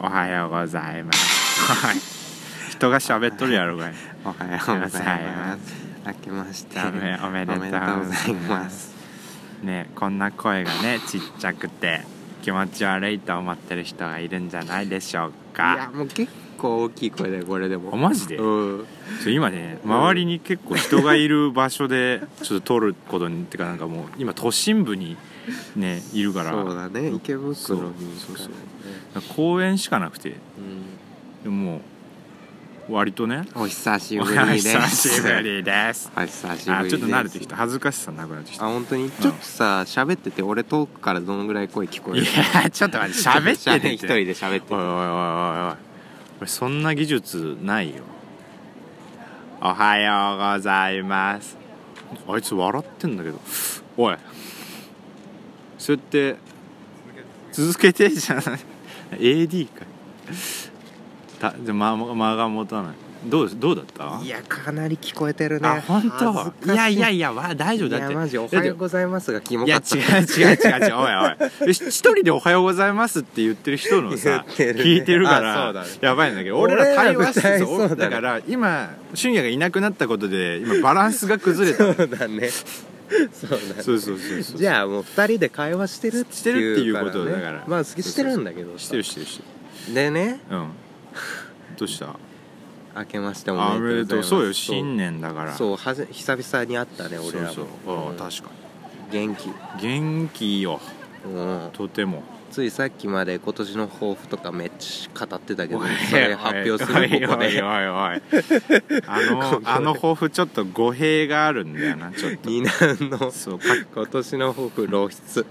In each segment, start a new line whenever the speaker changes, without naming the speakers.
おはようございます はい人が喋っとるやろがい
おはようございます明けまして
おめおめでとう
ございます
ねこんな声がねちっちゃくて気持ち悪いと思ってる人がいるんじゃないでしょう
いや
か
もう結構大きい声でこれでも
あマジで
うん
ちょ今ね周りに結構人がいる場所でちょっと撮ることにってかなんかもう今都心部にねいるから
そうだね池袋に
そう
そうそう
公園しかなくて
う
でもう割とね
んお久し
お
ぶりです
久しぶりです
お久しぶり
あ
です
ちょっと慣れてきた恥ずかしさなくなってき
あ
た
本当にちょっとさ喋ってて俺遠くからどのぐらい声聞こえ
い
る
やちょっと待って喋ってて
一人で喋って
おいおいおいおいお
て
い俺そんな技術ないよおはようございますあいつ笑ってんだけどおいそれって続けてじゃない AD かたじゃ間間が持たないどうどうだった
いやかなり聞こえてるね
あ本
恥ず
当
かし
いやいやいやわ大丈夫
い
だっ
や
て
マジおはようございますがキモ
いや
かっ
違
た
う違う違う違うおいおい一人で「おはようございます」って言ってる人のさ、
言ってるね
聞いてるか
あそ
ら、
うだね
やばいんだけど俺ら対話して
俺
そ
ら舞台そううだ
だ
ね
から今俊也がいなくなったことで今バランスが崩 れた
そうだねそうだね
そうそうそうそう
じゃあもう二人で会話してるっていう
してるっていうことだから
ねまあ好きしてるんだけどさ
してるしてるしてる
でね
うんどうした
明けましてお
あ
め
め
で
でと
とうございま
う
す
そうよ新年だから
そうはじ久々に会ったね
そう
俺らも
そうあ
うん
あ確か
元気
に元気よ
うん
とても
ついさっきまで今年の抱負とかめっちゃ語ってたけど
おい
それ発表するここ
おいおい
で
おいおいあのあの抱負ちょっと語弊があるんだよなちょ っと
二男の
そうか
今年の抱負露出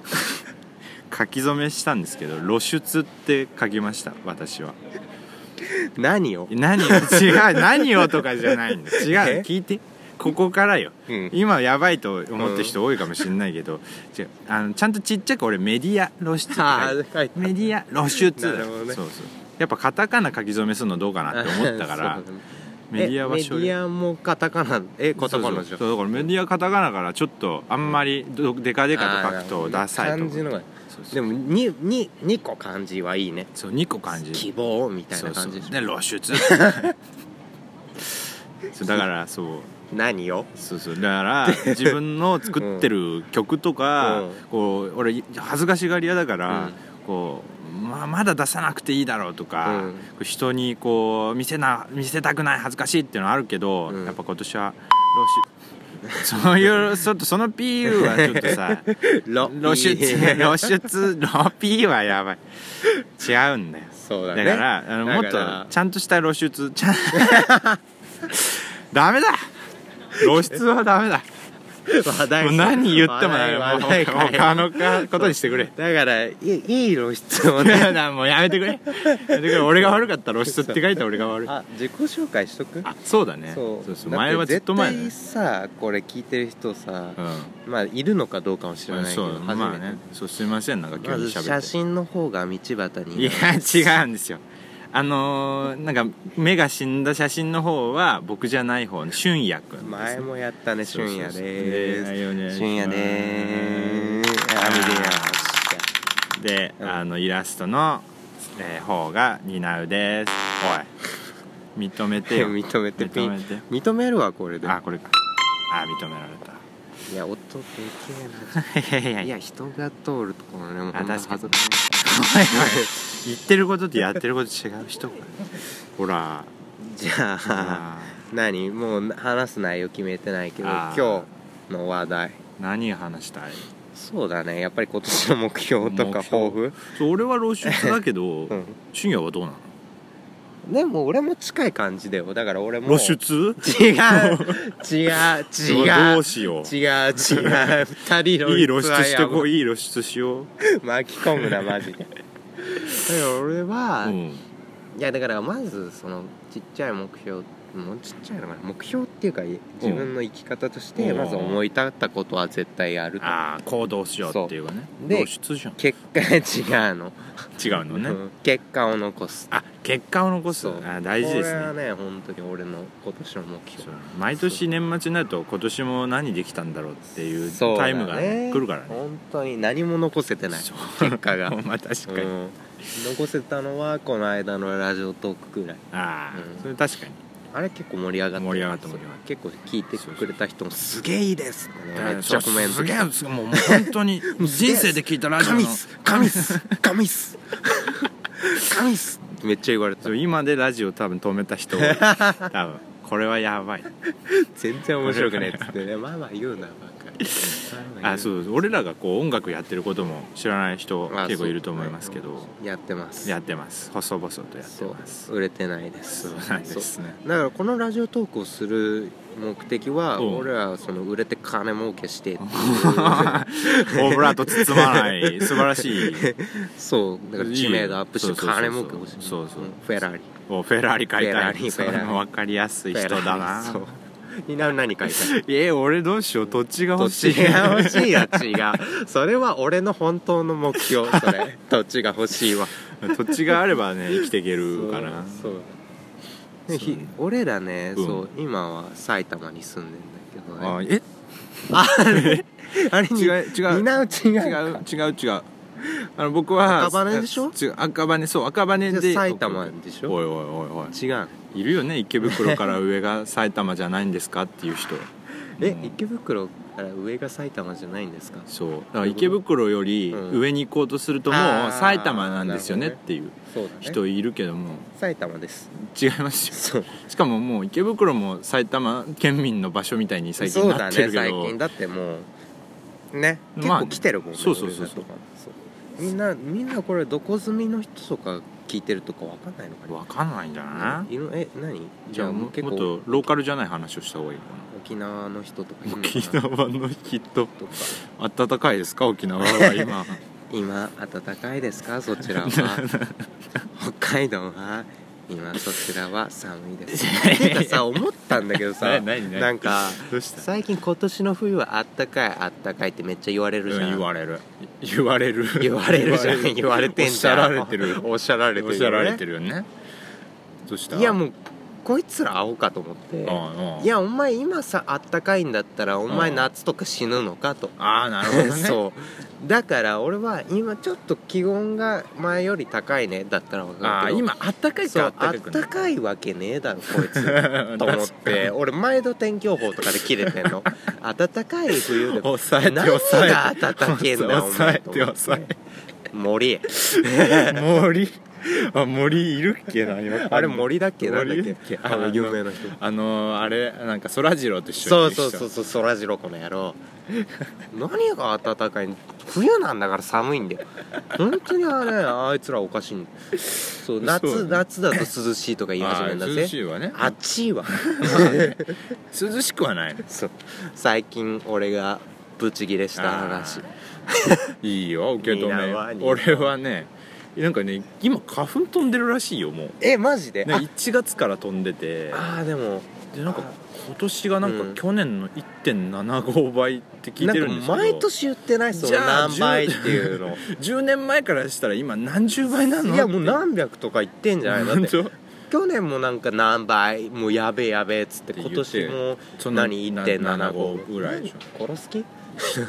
書き初めしたんですけど露出って書きました私は
何を
何を違う何をとかじゃないんだ違
え
う聞いてここからよ
うん
今やばいと思ってる人多いかもしれないけど、違うあのちゃんとちっちゃく俺メディア露出って
あ
書いて
ー書いてあ
メディア露出
なるほどね
そうそうやっぱカタカナ書き初めするのどうかなって思ったから
そうだね
メディアは
えメデ
省略
ィアもカタカナえカタカナじ
そ
ゃん
うそうそうだからメディアカタカナからちょっとあんまりどデカデカと書くとダサいと
漢字の
思う
が
そうそう
でもにに二個漢字はいいね
そう2個感じる
希望みたい
そ
な
うそ
感
う
じ
で
でしょ
露出 そうだからそう
何を
そうそうだから自分の作ってる曲とか、
うん
こう俺恥ずかしがり屋だから、
うん
こうまあ、まだ出さなくていいだろうとか、
うん
こう人にこう見せな見せたくない恥ずかしいっていうのはあるけど、
うん
やっぱ今年は露出 そういうちょっとその PU はちょっと さ
ロ
露出露出露 P はやばい違うんだよ
そうだ
だ
ね
からあのもっ
だから
とちゃんとした露出ちゃんダメだ露出はダメだ
話題
もう何言ってもダメ
話
もう
題話題
他のかことにしてくれ
だからいいいい露出をね
だからもうやめてくれやめてくれ俺が悪かった露出って書いた俺が悪いあ
あ自己紹介しとく
そうだねそうそう前はずっと前
だ
だ
って
ね
絶対さこれ聞いてる人さ
う、
まあいるのかどうかもしれない
ん
けど
そう
初めて、
まあねそうすいませんなんか急
ま
に
ず
喋
写
って
真の方が道端
い
に
や違うんですよあのー、なんか目が死んだ写真の方は僕じゃない方の俊也くんですね
前もやったね
そう
俊
そうそう
也で
はいお願いします
ーす俊也でーすあ見てみまし
で、
うん
あのイラストの、えー方が担うですおい認めて
た
よ
認めてピ
認
ン
めて
認めるわこれで
あこれかあ認められた
いや音でけ
いやいや
えない
い
や
や
人が通るところねもう
あ
ほんま
確かに
恥ずかしい
言ってることとやってること違う人ほら
じゃ あ何もう話す内容決めてないけど
あー
今日の話題
何話したい
そうだねやっぱり今年の目標とか
目標
抱負
そう俺は露出だけど、
うん
俊也はどうなの
でも俺も近い感じだよだから俺も
露出
違う違う違
ど
う
うしよう
違う違う二人の
いい露出してこ
い
いい露出しよう、
巻き込むなマジでだから俺は、
うん、
いやだからまずそのちっちゃい目標もうちっちゃいのかな目標っていうか自分の生き方として
うん
まず思い立ったことは絶対やると
ああ行動しようっていうかね
そうで
露出じゃん
結果違うの、
違うのね、
うん結果を残す
あ結果を残すあ大事で
これ
す
は
ね
ね本当に俺の今年の目標
そう毎年年末になると今年も何できたんだろうっていう
そう
タ
だね
イムがね来るからね
本当に何も残せてない
そう
結果が
まあ確かに、
うん残せたのはこの間のラジオトークくらい
ああ、
うん
それ確かに
あれ結構盛り上がって
盛り上がった盛り上がっ
結構聞いてくれた人も「すげえいいです」ってねめっちゃコメント
すげえすもうもう本当 に人生で聞いたラジオの
神っす神っす神っす神っすめっちゃ言われた
そう今でラジオ多分止めた 人多い多分これはやばい
全然面白くないっつってねまあまあ言うなばかり
あそうそう俺らがこう音楽やってることも知らない人
まあ
結構いると思いますけど
やってます
やってます細々とやって
そう
ます
売れてないです
そうなんですね
そうだからこのラジオトークをする目的は
うん
俺らはその売れて金儲けしてっていう
オブラート包まない素晴らし い
そうだから知名度アップして
いいよそうそうそう
金儲け欲しい
そうそうん
フェラーリ
おフェラーリ買い
フェ
た
ラー
い
リ
そ
フェラーリ
の分かりやすい人だな
そうにな何 買いたい
え俺どうしよう土地が
土
欲しい
地が欲しいや 違うそれは俺の本当の目 標それ土地が欲しいわ
土地があればね生きていけるかな
そうそうでひ
そう
俺らね、
うん
そう今は埼玉に住んでんだけどね
あえ
あれに
違う違う
担う 違う
違う違う違うあの僕は
赤羽でしょ
違う赤羽そう赤羽
じゃ
で
あ埼玉でしょ
おいおいおいおい
違う
いるよね池袋から上が埼玉じゃないんですかっていう 人
え
うん
池袋から上が埼玉じゃないんですか
そうだから池袋より
うん
上に行こうとするとも
あ
う
ー
埼玉なんですよね
な
っ
るほどね
ていう
そうだね
人いるけども
埼玉です
違いますよ
そう
しかももう池袋も埼玉県民の場所みたいに最近
そう
な
だ
ってる
ね
けど
最近だってもうね結
まあ
構来てるもんね
そうそうそう
俺らとかそうみんなみんなこれどこ住みの人とか聞いてるとかわかんないのか
分かんないんじゃ
な
ない
いるえ何
じゃあも
も
も
う
っとローカルじゃない話をした方がいいか
沖縄の人とかい
な
るのかな
沖縄の人
とか
暖かいですか沖縄は 今
今暖かいですかそ ちらは北海道は今そちらは寒い ですかてかさ思ったんだけどさ
な何何
なんか
どうした
最近今年の冬はあったかいあったかいってめっちゃ言われるじゃん、
言われる言われる
言われるじゃん言われてんじゃ
お
ん
っしゃられてる
おっしゃられてる
おっ
よね
しゃられてるよねどうした
いやもうこいつら青かと思って
ああ
いやお前今さあったかいんだったらお前
うん
夏とか死ぬのかと
ああなるほどね
そうだから俺は今ちょっと気温が前より高いねだったら分
あ
か
あ
るけど
今あったかい
そ
か
うあったかいわけねえだろこいつ と思
確か
っ
に
て俺毎度天気予報とかで切れてんの 暖かい冬でも
抑えて
何が
抑えて
暖けえんだお
抑
前
えて抑えて
森
森あ森いるっけな今
あれ森だっけなんだ
森
っけあの
あ
有名な人
あのーあれなんかそらジローと一緒
そ
に
う
いる人
そうそうそうそらジローこの野郎何が暖かいん冬なんだから寒いんだよ本当にあれあいつらおかしいんだよそう夏
そう
夏だと涼しいとか言い始めるんだ
ああ涼し
ぜ
いわね
あっちいわ
涼しくはないの
そう最近俺がブチギレした話
いいよ受け止
いいなワ
め
ニ
俺はねなんかね今花粉飛んでるらしいよもう
えマジで、
ね、1月から飛んでて
ああーでも
でなんか今年がなんか
うん
去年の1.75倍って聞い
な
てるん
ん
です
か
けど
毎年言ってないそ
じ
の
ゃあ
何倍っていう の
10年前からしたら今何十倍なの
いやもう何百とか言ってんじゃないだっ
本
て
当
去年もなんか何倍もうやべえやべえっつって
って
今
言って
年も
そんな
何1.75
1.75ぐらいでしょ
何殺す気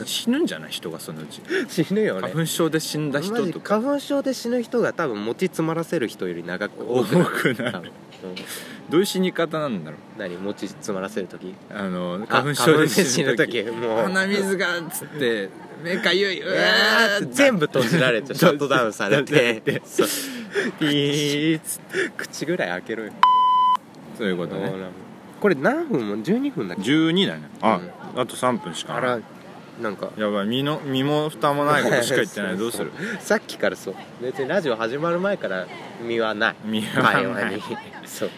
死ぬんじゃない人がそのうち
死ぬよ
花
ね
粉症で死んだ
マ
人
ジ
とか
花粉症で死ぬ人が多分持ち詰まらせる人より長く多
多
くなる
くな
多
る
分
どういう死に方なんだろう
何持ち詰まらせる時
あの
あ
花粉症で死ぬ
花粉で
時
死ぬ時もう
鼻水がっつって目かゆいう
うわーって全部閉じら れてシャットダウンされてそう
ピーっつって
口ぐらい開けろよ
そういうことね
これ何分も12分だっけ
12だねあ、あと3分しか
あ
ない
らなんか
やばい身の身も蓋もないことしか言ってないどう する
さっきからそう別にラジオ始まる前から身はない
身はない
会話にそう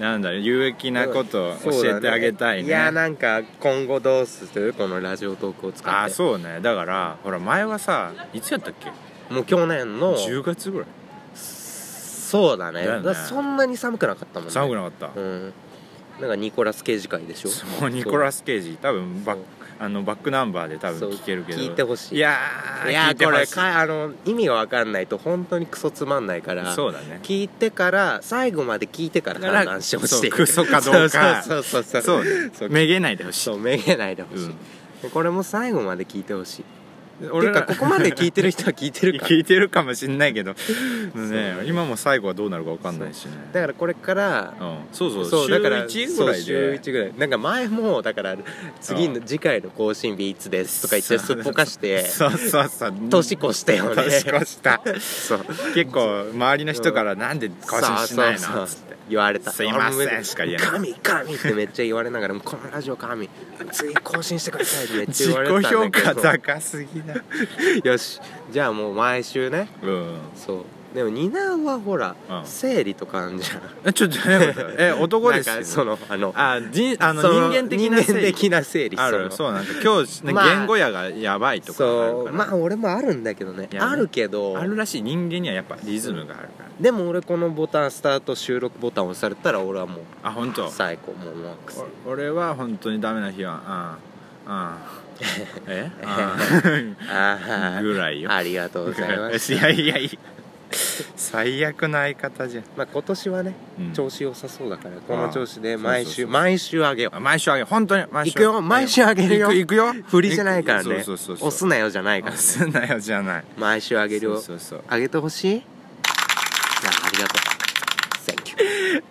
なんだろう有益なことを教えてあげたい
そ
ね
うだねいやなんか今後どうするこのラジオトークを使って
あそうねだからほら前はさいつやったっけ
もう去年の
10月ぐらい
そうだ
だ
ね
よね
だからそんなに寒くなかったもんね
寒く
な
なかった、
うんなんかニコラス・ケイジ会でしょ
そうニコラス・ケイジ多分バッ
そう
あのバックナンバーで多
そう
分聞けるけど
聞いてほしい
いや
そ
ー
ういや
聞いて
ーこ
ほ
れ
しい
かあの意味が分かんないと本当にクソつまんないから
そうだね
聞いてから最後まで聞いてから判断してほし
そう
い
クソかどうか
そうそうそ
そ
うそうう
ねめげないでほしい
そうめげないでほしい、
うん
でこれも最後まで聞いてほしいてい
俺
う
ら
かここまで聞いてる人は聞いてるか ら
聞いてるかもしんないけど、ね、今も最後はどうなるか分かんないしね
だからこれから
うん、そうそう
そうだから
週1ぐらいで
そう週1ぐらいなんか前もだから次
う
の次回の更新日いつですとか言ってすっぽかして
そうそうそう
年越したよね
年越 した
そう
結構周りの人から「なんで更新しない
そうそ
の?」
う
っつ
そ
っ
う
て
言わ
「
れた
すいません」しか言えない
神神ってめっちゃ言われながらもうこのラジオ神次更新してくださいってめっちゃ
自
言われたん
己
だけど
評価高すぎだ
よしじゃあもう毎週ね
うん
そうでも担うはほら、
うん
生理とかあんじゃん
えちょっとどういうことえ男です
なんか
よ
そのあの
あ人あの
そ
人間的な
人間
性
的な生理
ある
の
そうなんか今日ね
まあ
言語やがやばいとかあるか
そう
ら
まあ俺もあるんだけどね
いや
あるけど
あるらしい人間にはやっぱリズムがあるから
でも俺このボタンスタート収録ボタン押されたら俺はもう
あ本当。
最高もうマックス
お俺は本当にダメな日はうんうん えうん
あー はい
ぐらいよ
ありがとうございま す
いやいやいや最悪な相方じゃん
まあ今年はね、
うん
調子良さそうだからこの調子で
あー
毎
そうそう
週
そう
毎週あげよ
あ毎週あげる本当に毎週
行くよ毎週あげるよ
行く行く
う
よ
振りじゃないから
そう
ね
そうそうそう
押すなよじゃないから
押すなよじゃない
毎週あげるよ
そうそうそう
あげてほしいいやありがとう Thank you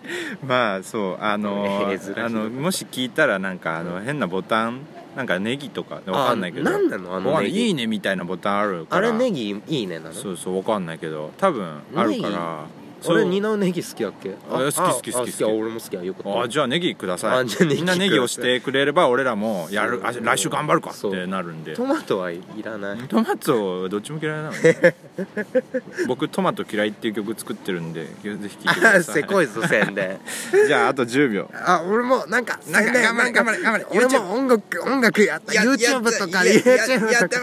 まあそうあ の
珍しい
あのもし聞いたらなんかあの変なボタンなんかネギとかわかんないけど
あなんなのあの
わかんない
ネギ
いいねみたいなボタンあるか
あ
ら
れネギいいねなの
そうそうわかんないけど多分ある
ネギ
からそ
俺
れ
二のネギ好きだっけ
あ好き好き
あ
好き好
あ
き
あ俺も好きやよかった
あじゃあネギくださ
あ
い
じゃあネギ
みんなネギをしてくれれば俺らもやる
そう
あ来週頑張るかっ
そう
てなるんで
トマトはいらない
トマトどっちも嫌いなのね僕「トマト嫌い」っていう曲作ってるんでぜひ聴いてくだ さい
せこいぞ宣伝
じ ゃああと10秒
あ俺もなんか
なんか
宣伝
頑張れ
なんか
頑張れ頑張れ
俺も音楽音楽やった YouTube とか YouTube とか